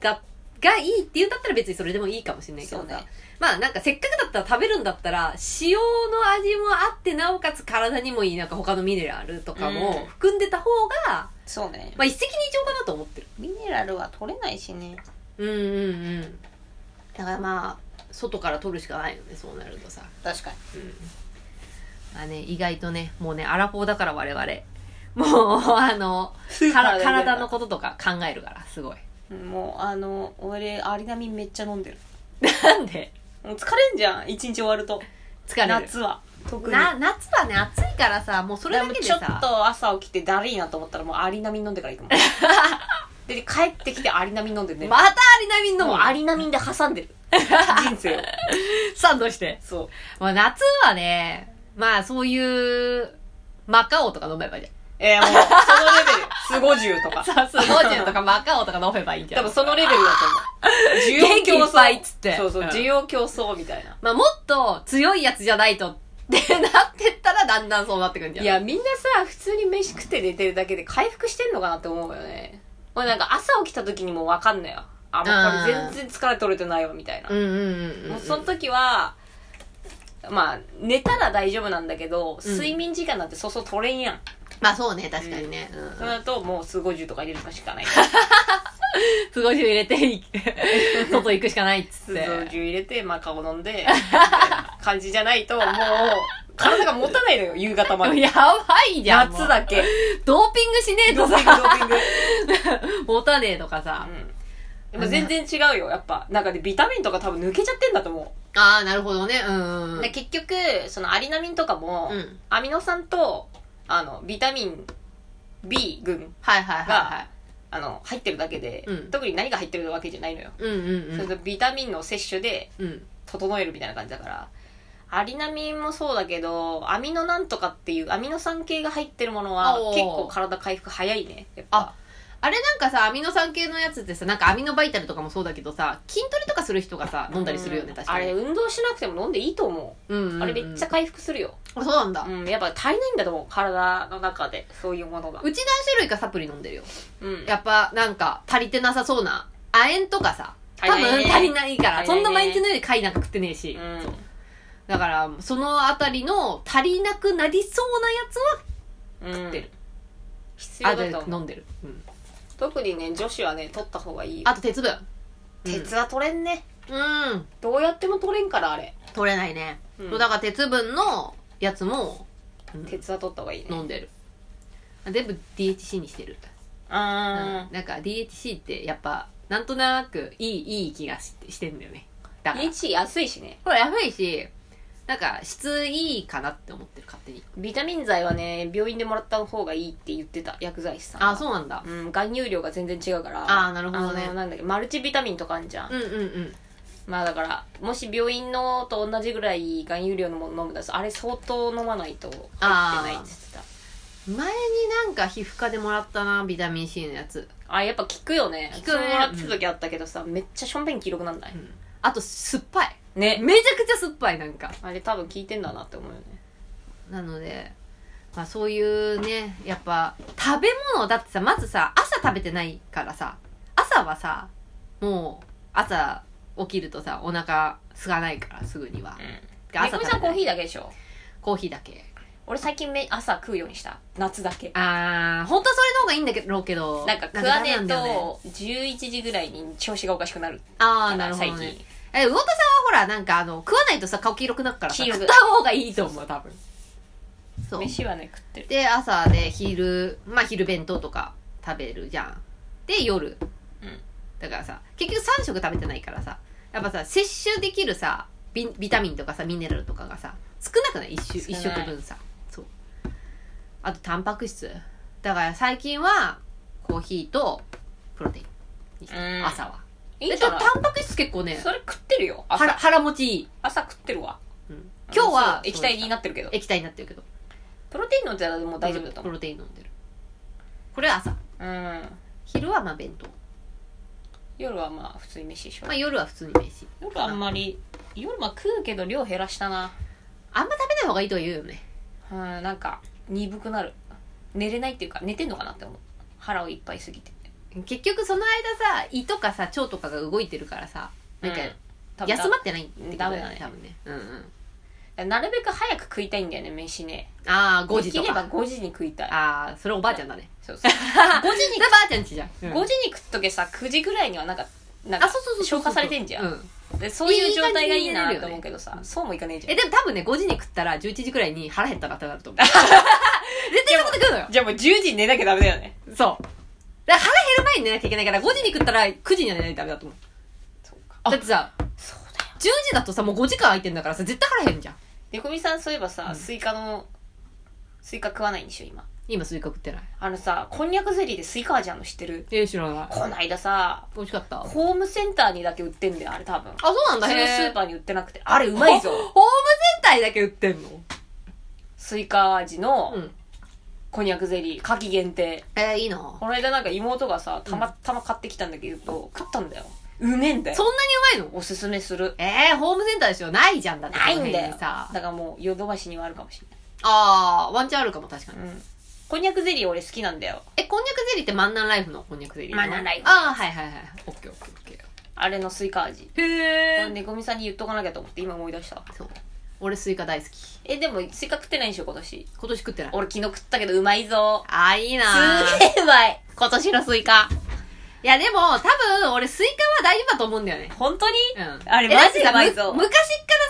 ががいいって言うんだったら別にそれでもいいかもしれないけどそうさ、ねまあなんかせっかくだったら食べるんだったら塩の味もあってなおかつ体にもいいなんか他のミネラルとかうもん含んでた方が、そうねまあ一石二鳥かなと思ってるミネラルは取れないしねうんうんうんだからまあ外から取るしかないよねそうなるとさ確かまあね、意外とね、もうね、アラフォーだから我々。もう、あの、スーパかーらで入れる体のこととか考えるから、す ごい。うんもうあの俺アリナミンめっちゃ飲んでるなんでもう疲れんじゃん一日終わると疲れる。夏は特にな、夏はね、暑いからさ、もうそれだけでちょっさ、と朝起きてだるいなと思ったらもうアリナミン飲んでから 行くもんで帰ってきてアリナミン飲んでねまたアリナミン飲もむうのアリナミンで挟んでる 人生をサンドして。そうまあ夏はね、まあそういう、マカオとか飲めばいいじえー、もうそのレベルスゴジュウと かゃん。さ、スゴージュとかマカオとか飲めばいいじゃ多ん。分そのレベルだと思う元気いっぱいっつってそうそううん需要競争みたいな、まあもっと強いやつじゃないと、ってなってったらだんだんそうなってくんじゃん。いやみんなさ普通に飯食って寝てるだけで回復してんのかなって思うよね俺なんか朝起きた時にもう分かんないよあもうこれ全然疲れ取れてないわみたいなうんうんうんうん。もうその時は、まあ、寝たら大丈夫なんだけど、睡眠時間なんてそうそう取れんやん。まあそうね、確かにね。うんそうなると、もうスゴジュとか入れるかしかない。スゴージュ入れてい い、外行くしかないっつスゴっジて。ュ入れて、まあ顔飲んで、みたいな感じじゃないと、もう、体が持たないのよ、夕方まで。やばいじゃん。もう夏だけ。ドーピングしねえドとーピング、ドさ、ーピング。持たねえとかさ。うんでも全然違うよ、やっぱ。なんかで、ビタミンとか多分抜けちゃってんだと思ああ、なるほどね。うんうう。ん。で、結局、そのアリナミンとかも、うんアミノ酸と、あの、ビタミン B 群はいはいはいはあの、入ってるだけで、うん特に何が入ってるわけじゃないのよ。い。うんうんそれとビタミンの摂取でうん。うん。整えるみたいな感じだから、アリナミンもそうだけど、アミノなんとかっていうアミノ酸系が入ってるものはおー結構体回復早いね。やっぱ。あれなんかさ、アミノ酸系のやつってさ、なんかアミノバイタルとかもそうだけどさ、筋トレとかする人がさ、飲んだりするよね、確かに。あれ、運動しなくても飲んでいいと思うんうんうう。ん。あれめっちゃ回復するよ。あ、そうなんだ。うん、やっぱ足りないんだと思う。体の中で、そういうものが。うち何種類かサプリ飲んでるよ。うん。やっぱなんか足りてなさそうな、亜鉛とかさ、多足りない分ね足りないから、足りないねそんな毎日のように貝なんか食ってねえし。うん。だから、そのあたりの足りなくなりそうなやつはうんってる。必要だとあで思う。飲んでる。うん。特にね、女子はね、取った方がいいよ。あと鉄分。鉄は取れんね。うん。どうやっても取れんから、あれ。取れないね。うんそうだから鉄分のやつも、うん鉄は取った方がいいね。飲んでる。あ全部 DHC にしてる。あなんか DHC ってやっぱ、なんとなくいい、いい気がししてんだよね。だあから。 DHC 安いしねこれやばいし、なんか質いいかなって思ってる、勝手に。ビタミン剤はね病院でもらった方がいいって言ってた薬剤師さんあ、そううなんだ。うん含有量が全然違うからあーなるほどねあのなんだっけマルチビタミンとかあんじゃん、うんうんうん。まあだからもし病院のと同じぐらい含有量のもの飲むんだとあれ相当飲まないと入ってないって言ってた前になんか皮膚科でもらったな、ビタミン C のやつ。あやっぱ効くよね効そくねれもらってた時あったけどさ、めっちゃしょんべん黄色くなんない、あと、酸っぱい。ねめちゃくちゃ酸っぱい、なんか。あれ多分効いてんだなって思うよねなので、まあそういうね、やっぱ、食べ物だってさ、まずさ、朝食べてないからさ、朝はさ、もう、朝起きるとさ、お腹すがないから、すぐには。でうん朝猫食べさんコーヒーだ。だけでしょコーヒーだけ。俺最近め朝食うようにした夏だけあー、本当はそれの方がいいんだけど、けど。なんか食わねえなんかダメなんだよねと11時ぐらいに調子がおかしくなるあかー、なるらほど、最ね近。え、魚田さんはほら、なんかあの、食わないとさ、顔黄色くなるからさ、黄色く食った方がいいと思う、多分。そう。飯はね食ってるで、朝で昼、まあ昼弁当とか食べるじゃん。で、夜。うんだからさ、結局3食食べてないからさ、やっぱさ、摂取できるさ、ビビタミンとかさ、ミネラルとかがさ、少なくない一食少な一い食分さ。そう。あと、タンパク質。だから最近は、コーヒーとプロテインにしてる。うん朝は。いいえんっじゃと、ないタンパク質結構ねそ、れ食ってるよ腹朝腹持ちいい。朝食ってるわうん今日はそう液体になってるけど液体になってるけど。プロテイン飲んでたらもう大丈夫だと思プうロテイン飲んでる。これは朝。うん昼はまあ弁当。夜はまあ普通に飯でしょまあ夜は普通に飯。夜あんまり夜まあ食うけど量減らしたなあんま食べない方がいいとは言うよね。うんなんか鈍くなる寝れないっていうか寝てんのかなって思う腹をいっぱいすぎて結局その間さ、胃とかさ、腸とかが動いてるからさ、なんか、うん多分休まってないってことだよね、ダメだね多分ね。うんうん。なるべく早く食いたいんだよね飯ねああ、5時でときればか。 5時に食いたいああ、それおばあちゃんだね。そう そう5時にそればあちゃんちじゃん。う5ん時に食っとけさ9時ぐらいにはなんかなんかあ、そうそうそうそう。消化されてんじゃんうでそういう状態がいいいい感じに寝れるなよとね思うけどさそうもいかねえじゃえ、ん でも多分ね、5時に食ったら11時くらいに腹減ったなってなると思う。絶対そこで食うのよ。じゃあもう10時に寝なきゃダメだよね。そう。だから腹減る前に寝なきゃいけないから、5時に食ったら9時には寝ないとダメだと思う。そうか。だってさ、そうだよ。 10時だとさ、もう5時間空いてんだからさ、絶対腹減るじゃん。猫みさんそういえばさ、スイカの、スイカ食わないんでしょ、今。今スイカ食ってない。あのさ、こんにゃくゼリーでスイカ味あるの知ってるえー、知らない。こないださ、美味しかった。あ、そホームセンターにだけ売ってんだよ、あれ多分。うな普んだ、通のスへーーパーに売ってなくて。あれうまいぞホホームセンターにだけ売ってんのスイカ味のうん。こんにゃくゼリー、夏季限定。えー、いいなそんなこの間なんか妹がさ、たまたま買ってきたんだけど、食ったんだよ。うめえんだよ。にうまいのおすすめする。えー、ホームセンターでしょないじゃんだって。ないんだよ。この辺だにさからもう、ヨドバシにはあるかもしれあー、ワンチャンあるかも確かに。ない。うん。こんにゃくゼリー俺好きなんだよ。え、こんにゃくゼリーって万南ライフのこんにゃくゼリーなの万南ライフあー、はいはいはい。オッケーオッケーオッケあれのスイカ味。ー。こへれ。猫みさんに言っとかなきゃと思って今思い出した。そう。俺スイカ大好き。え、でもスイカ食ってないんでしょ、今年。今年食ってない。俺昨日食ったけどうまいぞ。あー、いいなーすげえうまい。今年のスイカ。いや、でも、多分、俺スイカは大丈夫だと思うんだよね。本当にうん。あれえだマっジてでさうまいぞむ。昔か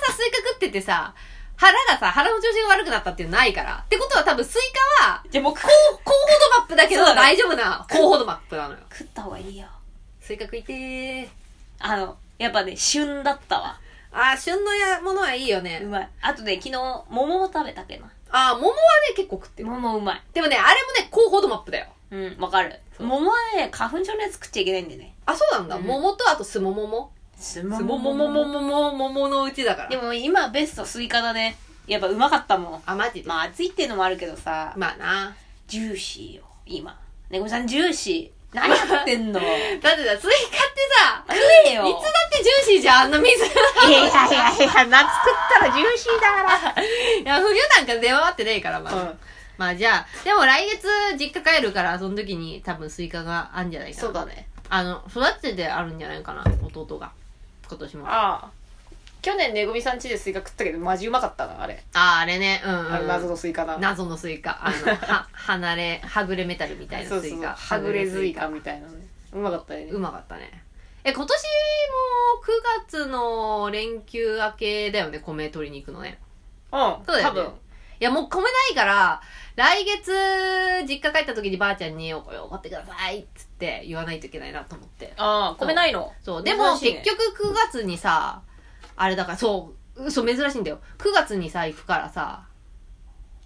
らさ、スイカ食っててさ、腹がさ、腹の調子が悪くなったっていうのないから。ってことは多分、スイカは、じゃあもうこ高高度マップだけどそうだね大丈夫な高度マップなのよ。う食った方がいいよ。スイカ食いてー。あの、やっぱね、旬だったわ。あー、旬のやものはいいようね。まい。あとね、昨日、桃も食べたけどな。あー、桃はね、結構食ってる。桃うまい。でもね、あれもね、高高度マップだよ。うん、わかる。そう桃はね、花粉症のやつ食っちゃいけないんでね。あ、そうなんだ。うん桃と、あと、すももも。すすもももももも桃のうちだから。でも今ベストスイカだね。やっぱうまかったもん。あ、マジで。ままあ暑いっていうのもあるけどさ、あな。ジューシーよ、今。猫さんジューシー。何やって んの食だってさ、スイカってさ、えいよ。つだってジューシーじゃん、あんな水。いいやいやいや、夏食ったらジューシーだから。や、冬なんか出回ってねえから、まあ。うんまあじゃあ、でも来月実家帰るから、その時に多分スイカがあるんじゃないかな。そうだね。あの、育ててあるんじゃないかな、弟が。今年も。あああ。去年、ねごみさん家でスイカ食ったけど、マジうまかったな、あれ。あー、あれね、うん、うん。あの謎のスイカだ。謎のスイカ。あ の、は、離れ、はぐれメタルみたいなそうスそイう。カ。はぐれスイカみたいなね。うまかったよねう。まかったね。え、今年も9月の連休明けだよね、米取りに行くのね。うん。そうだ多よね分。いや、もう米ないから、来月、実家帰った時にばあちゃんに、お米おごってくださいっつって言わないといけないなと思って。ああ、米ないの。そう、でも、珍しいね結局9月にさ、あれだから、そう、そう、珍しいんだよ。9月にさ、行くからさ、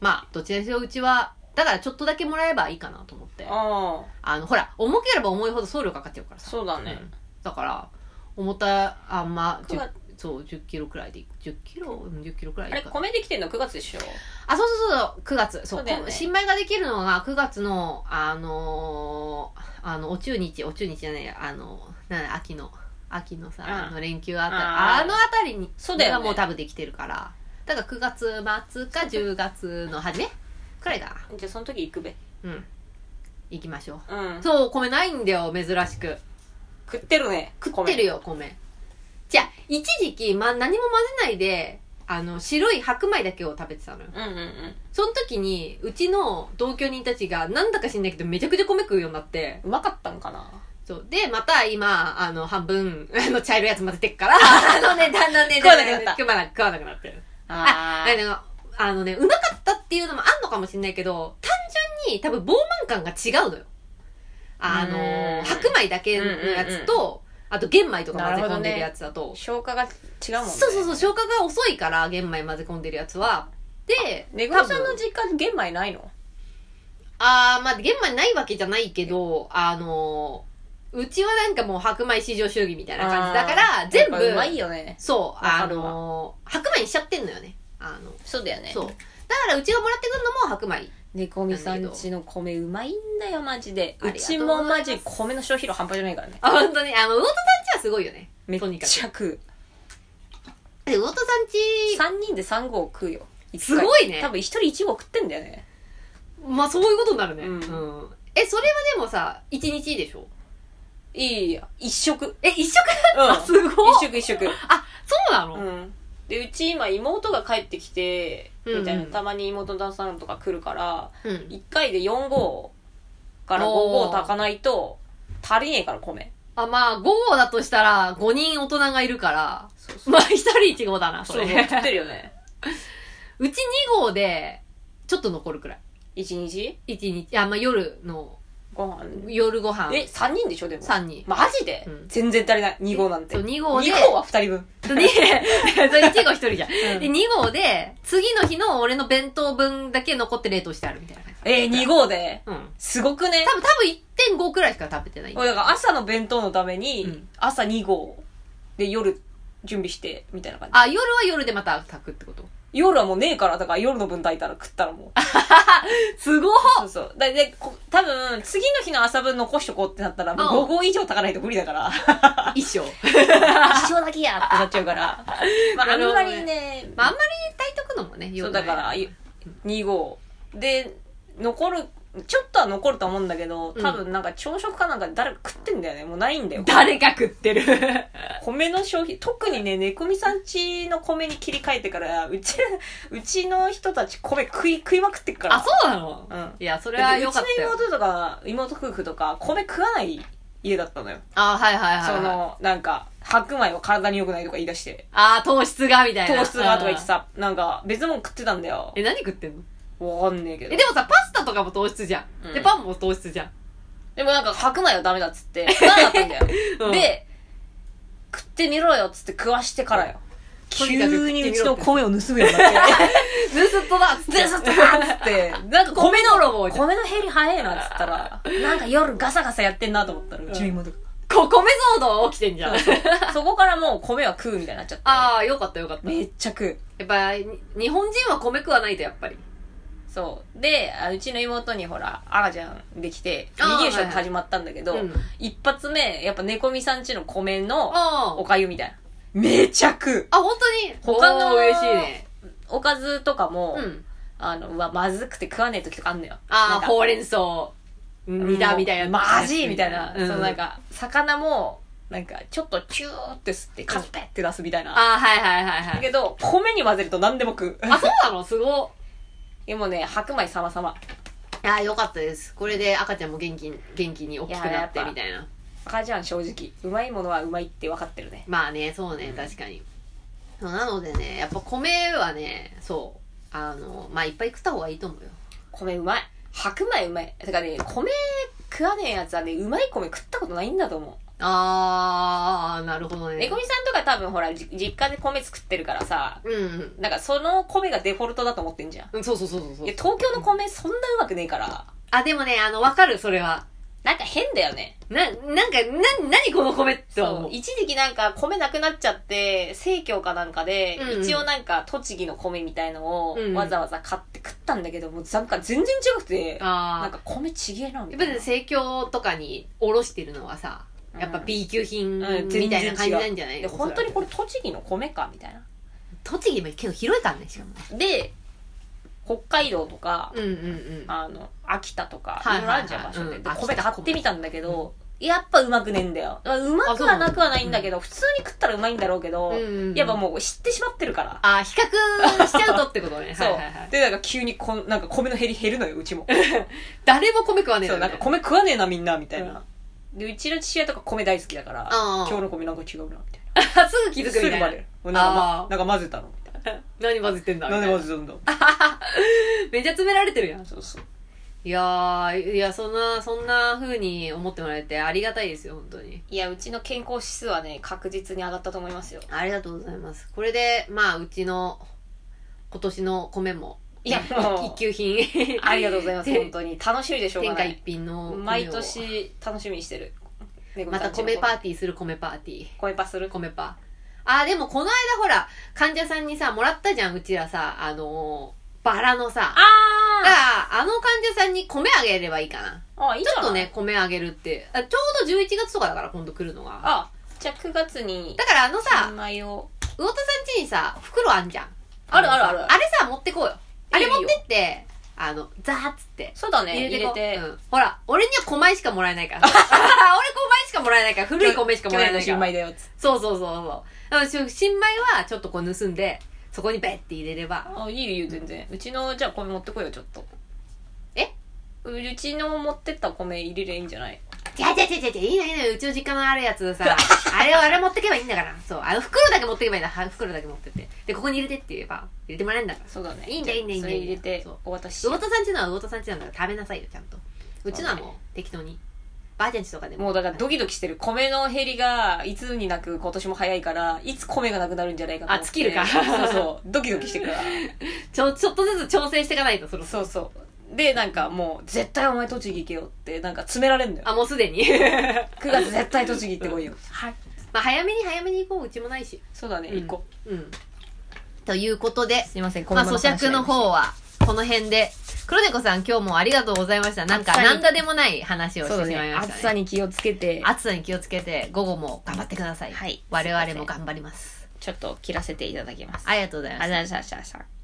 まあ、どっちらにせようちは、だからちょっとだけもらえばいいかなと思って。ああ、あの、ほら、重ければ重いほど送料かかっちゃうからさ。そうだうね。んだから、重た、あんま、九10月そう、10キロくらいで、10キロうん ?10 キロくらいあでれ、か米できてんの9月でしょあ、そうそうそう、9月。そう、そうだよねこ新米ができるのが9月の、あのーあの、お中日、お中日じゃない、あの、なんだ秋の、秋のさ、うんあの連休あたり、あーあのあたりに、そうだよねがもう多分できてるから。だから9月末か10月の初めくらいかな。じゃあその時行くべ。うん。行きましょう。うん。そう、米ないんだよ、珍しく。食ってるね。食ってるよ、米。じゃあ、一時期、ま、何も混ぜないで、あの、白い白米だけを食べてたのよ。米。うんうんうん。その時に、うちの同居人たちが、なんだか知んないけど、めちゃくちゃ米食うようになって、うまかったんかなそう。で、また今、あの、半分、 あの、茶色いやつ混ぜてっから、あのね、だんだんね、食わなくなった食わな食わなくなってる。あああの、あのね、うまかったっていうのもあんのかもしれないけど、単純に多分、膨慢感が違うのよ。あうーの、ん白米だけのやつと、あと玄米とか混ぜ込んでるやつだと、消化が違うもんね。そうそうそう、消化が遅いから、玄米混ぜ込んでるやつは。で、猫さんの実家玄米ないのあー、まあ、玄米ないわけじゃないけど、あのーうちはなんかもう白米至上主義みたいな感じだから、全部、やっぱうまいよね。そう、わあかるわのー白米にしちゃってんのよね。あの、そうだよね。そう。だからうちがもらってくるのも白米。猫みさんちの米うまいんだよ、マジで。あうりがとうございますちもマジ米の消費量半端じゃないからね。あ、本当に、あの、魚田さんちはすごいよね。めっとにかくちゃ食う。で魚田さんち、 3人で3合食うよ。一す回ごいね多。分1人1合食ってんだよね。まあ、そういうことになるね。うんうん。え、それはでもさ、一日でしょいいや、一食。え、一食うんあ、すごい。一食一食。あ、そうなの、うん。で、うち今妹が帰ってきて、みたいな、うんたまに妹の旦那さんとか来るから、うん1回で4合から5おー合炊かないと、足りねえから米。あ、まあ、5だとしたら、5人大人がいるから、そうそまあ、1人1号だな、そそうれ。 そう、食ってるよね。うち2号で、ちょっと残るくらい。一日一日、あ、まあ、夜の、ご飯夜ご飯。え、三人でしょでも。三人。マジで、うん全然足りない。2号なんて。そう、 2 2号号で、 は2人分。で、1号一人じゃん。うんで、2号で、次の日の俺の弁当分だけ残って冷凍してあるみたいな感じ。えー、2号で。うん。すごくね多分、多分1.5くらいしか食べてない。俺だから朝の弁当のために、うん朝2号で夜準備して、みたいな感じ。あ、夜は夜でまた炊くって こと夜はもうねえから、だから夜の分炊いたら食ったらもう。すごっそうそう。だで、こ多分、次の日の朝分残しとこうってなったら、もう5号以上炊かないと無理だから。衣装。 一生だけやってなっちゃうから。まあ、あんまりね、まあ、あんまり炊いとくのもね、そうくだないから、い2号。で、残る、ちょっとは残ると思うんだけど、多分なんか朝食かなんか誰か食ってんだよね。もうないんだよ。誰が食ってる米の消費、特にね、猫みさんちの米に切り替えてから、うち、うちの人たち米食い、食いまくってっから。あ、そうなのうん。いや、それだっはてう良ちかったのよ。妹とか、妹夫婦とか、米食わない家だったのよ。あ、はいはいはいはい。その、なんか、白米は体に良くないとか言い出して。あー、糖質がみたいな。糖質がとか言ってさ、なんか、別のもん食ってたんだようん。え、何食ってんのわかんねえけどえ、。でもさ、パスタとかも糖質じゃん。うんで、パンも糖質じゃん。でもなんか白米はダメだっつって、食わなかったん だよ。うんで、食ってみろよっつって食わしてからよ。とにかく食急ってみにろってうちの米を盗むようになって。ヌースットだっつって。 で、さっとかっつって。なんか米米の、泥棒じゃん。米の減り早いなっつったら、なんか夜ガサガサやってんなと思ったら、うちの妹が。こ、米騒動起きてんじゃん。そこからもう米は食うみたいになっちゃった。あー、よかったよかった。めっちゃ食う。やっぱ、に日本人は米食わないと、やっぱり。そう。で、あうちの妹にほら、赤ちゃんできて、あー離乳食始まったんだけど、うん一発目、やっぱ猫みさんちの米のあおー。かゆみたいな。めちゃ食う。あ、本当に他のおー嬉しいね。おかずとかも、うん。あの、うわ、まずくて食わねえ時とかあんのよ。あなんー、かほうれん草。煮たみたいな。もうマジみたいな。うんそのなんか、魚も、なんか、ちょっとチューって吸って、カスペって出すみたいな。あー、はいはいはいはだい。けど、米に混ぜると何でも食う。あ、そうなのすごっ。 でもね、白米様々。いやー、よかったです。これで赤ちゃんも元気に、元気に大きくいやーなやっってぱみたいな。赤ちゃん正直、うまいものはうまいって分かってるね。まあね、そうね、確かに。そうなのでね、やっぱ米はね、そう。あの、まあいっぱい食った方がいいと思うよ。米うまい。白米うまい。だからね、米食わねえやつはね、うまい米食ったことないんだと思う。あー、なるほどね。猫みさんとか多分ほら、じ実家で米作ってるからさ、うんうんなんかその米がデフォルトだと思ってんじゃん。うん。そうそうそうそうそいうや、。東京の米そんなうまくねえから、あ、でもね、あの、わかる、それは。なんか変だよね。な、なんか、な、なにこの米ってそ思う。う。一時期なんか米なくなっちゃって、生協かなんかで、うんうん一応なんか栃木の米みたいのをうんうんわざわざ買って食ったんだけど、もうなんか全然違くて、なんあか米ちげえな、ー。みやったぱいなね、。生協とかにおろしてるのはさ、やっぱうん B 級品うんみたいな感じなんじゃないで、本当にこれ栃木の米か、みたいな。栃木も結構広いからね、しかもね。で、北海道とか、うんうんうん。あの、秋田とか、いはいろいろはいはいあるじゃん、場所で。うんで秋田米買ってみたんだけど、やっぱうまくねえんだよ。うまくはなくはないんだけど、普通に食ったらうまいんだろうけど、うんうんやっぱもう知ってしまってるから。あ、比較しちゃうとって ことね。そう、はいはいはい。で、なんか急にこん、なんか米の減り減るのよ、うちも。誰も米食わねえそう、のなんねか米食わねえな、みんな、みたいな。で、うちの父親とか米大好きだから、うんう今ん日の米なんか違うな、みたいな。すぐ気づくみたいなすぐバレる。もうなんかあまーなんか混ぜたの、みたい何バズってんだな。なんでみたい混なぜたんだ。めっちゃ詰められてるやんそうそう。いやーいやそんなそんな風に思ってもらえてありがたいですよ本当にいや、うちの健康指数はね、確実に上がったと思いますよ。ありがとうございますこれでまあうちの今年の米もいや、も一う、級品 ありがとうございます、で本当に。楽しみでしょうが天な下い一。品の米を毎年楽しみにしてる。猫まさたんちの米パーティーする米パーティー米パする米パあーでもこの間ほら患者さんにさもらったじゃんうちらさあのーバラのさだかあらあの患者さんに米あげればいいかなーあ、いいじちゃょっないとね、。米あげるって。あちょうど11月とかだから、今度来るのが。あ、じゃあ9月にだ、からあのさ、新米を。魚田さん家にさ、袋あんじゃん。あるあるのあるさあれさ、持ってこうよ。あいれいよ持ってって、あの、ザーっつって。そうだね、入これうて。うんほら、俺には小米しかもらえ ないから。俺小米しかもらえないから、古い米しかもらえな去年のいか新米ら。だよっつってそうそうそうそう。だからし新米はちょっとこう盗んで、そこにベッて入れれば。あいいよいいよ全然うちのじゃあ米持ってこいよちょっとえうちの持ってった米入れりゃいいんじゃないういや、違う違う違う違う、いいのいいのうちの実家のあるや つさ、あれを、あれ持ってけばいいんだから。そう、あの袋だけ持ってけばいいんだ。は袋だけ持ってって。で、ここに入れてって言えば、入れてもらえるんだから。そうだねいいんだいいんだいいんだそれ入れてそうお渡ししよ魚田さんちのは魚田さんちなんだから食べなさいよ、ちゃんと。うちのはもう、適当に。ばあちゃんちとかでうも。もうだからドキドキしてる米の減りがいつになく今年も早いからいつ米がなくなるんじゃないかと思ってあ尽きるかそうそうドキドキしてくからちょ、ちょっとずつ調整していかないと、そろそろ。そうそうでなんかもう絶対お前栃木行けよってなんか詰められんだよあ、もうすでに。 9月絶対栃木行って こいよはい。まあ、早めに早めに行こう、うちもないし。そうだねうん行こうん。ということで、ういませんまあ、咀嚼の方は、この辺で。黒猫さん、今日もありがとうございました。なんか、暑さになんだでもない話をしそうてだしまいねました、ね。暑さに気をつけて暑さに気をつけて、午後も頑張ってください。はい我々も頑張ります。ちょっと切らせていただきますありがとうございました。ありがとうございました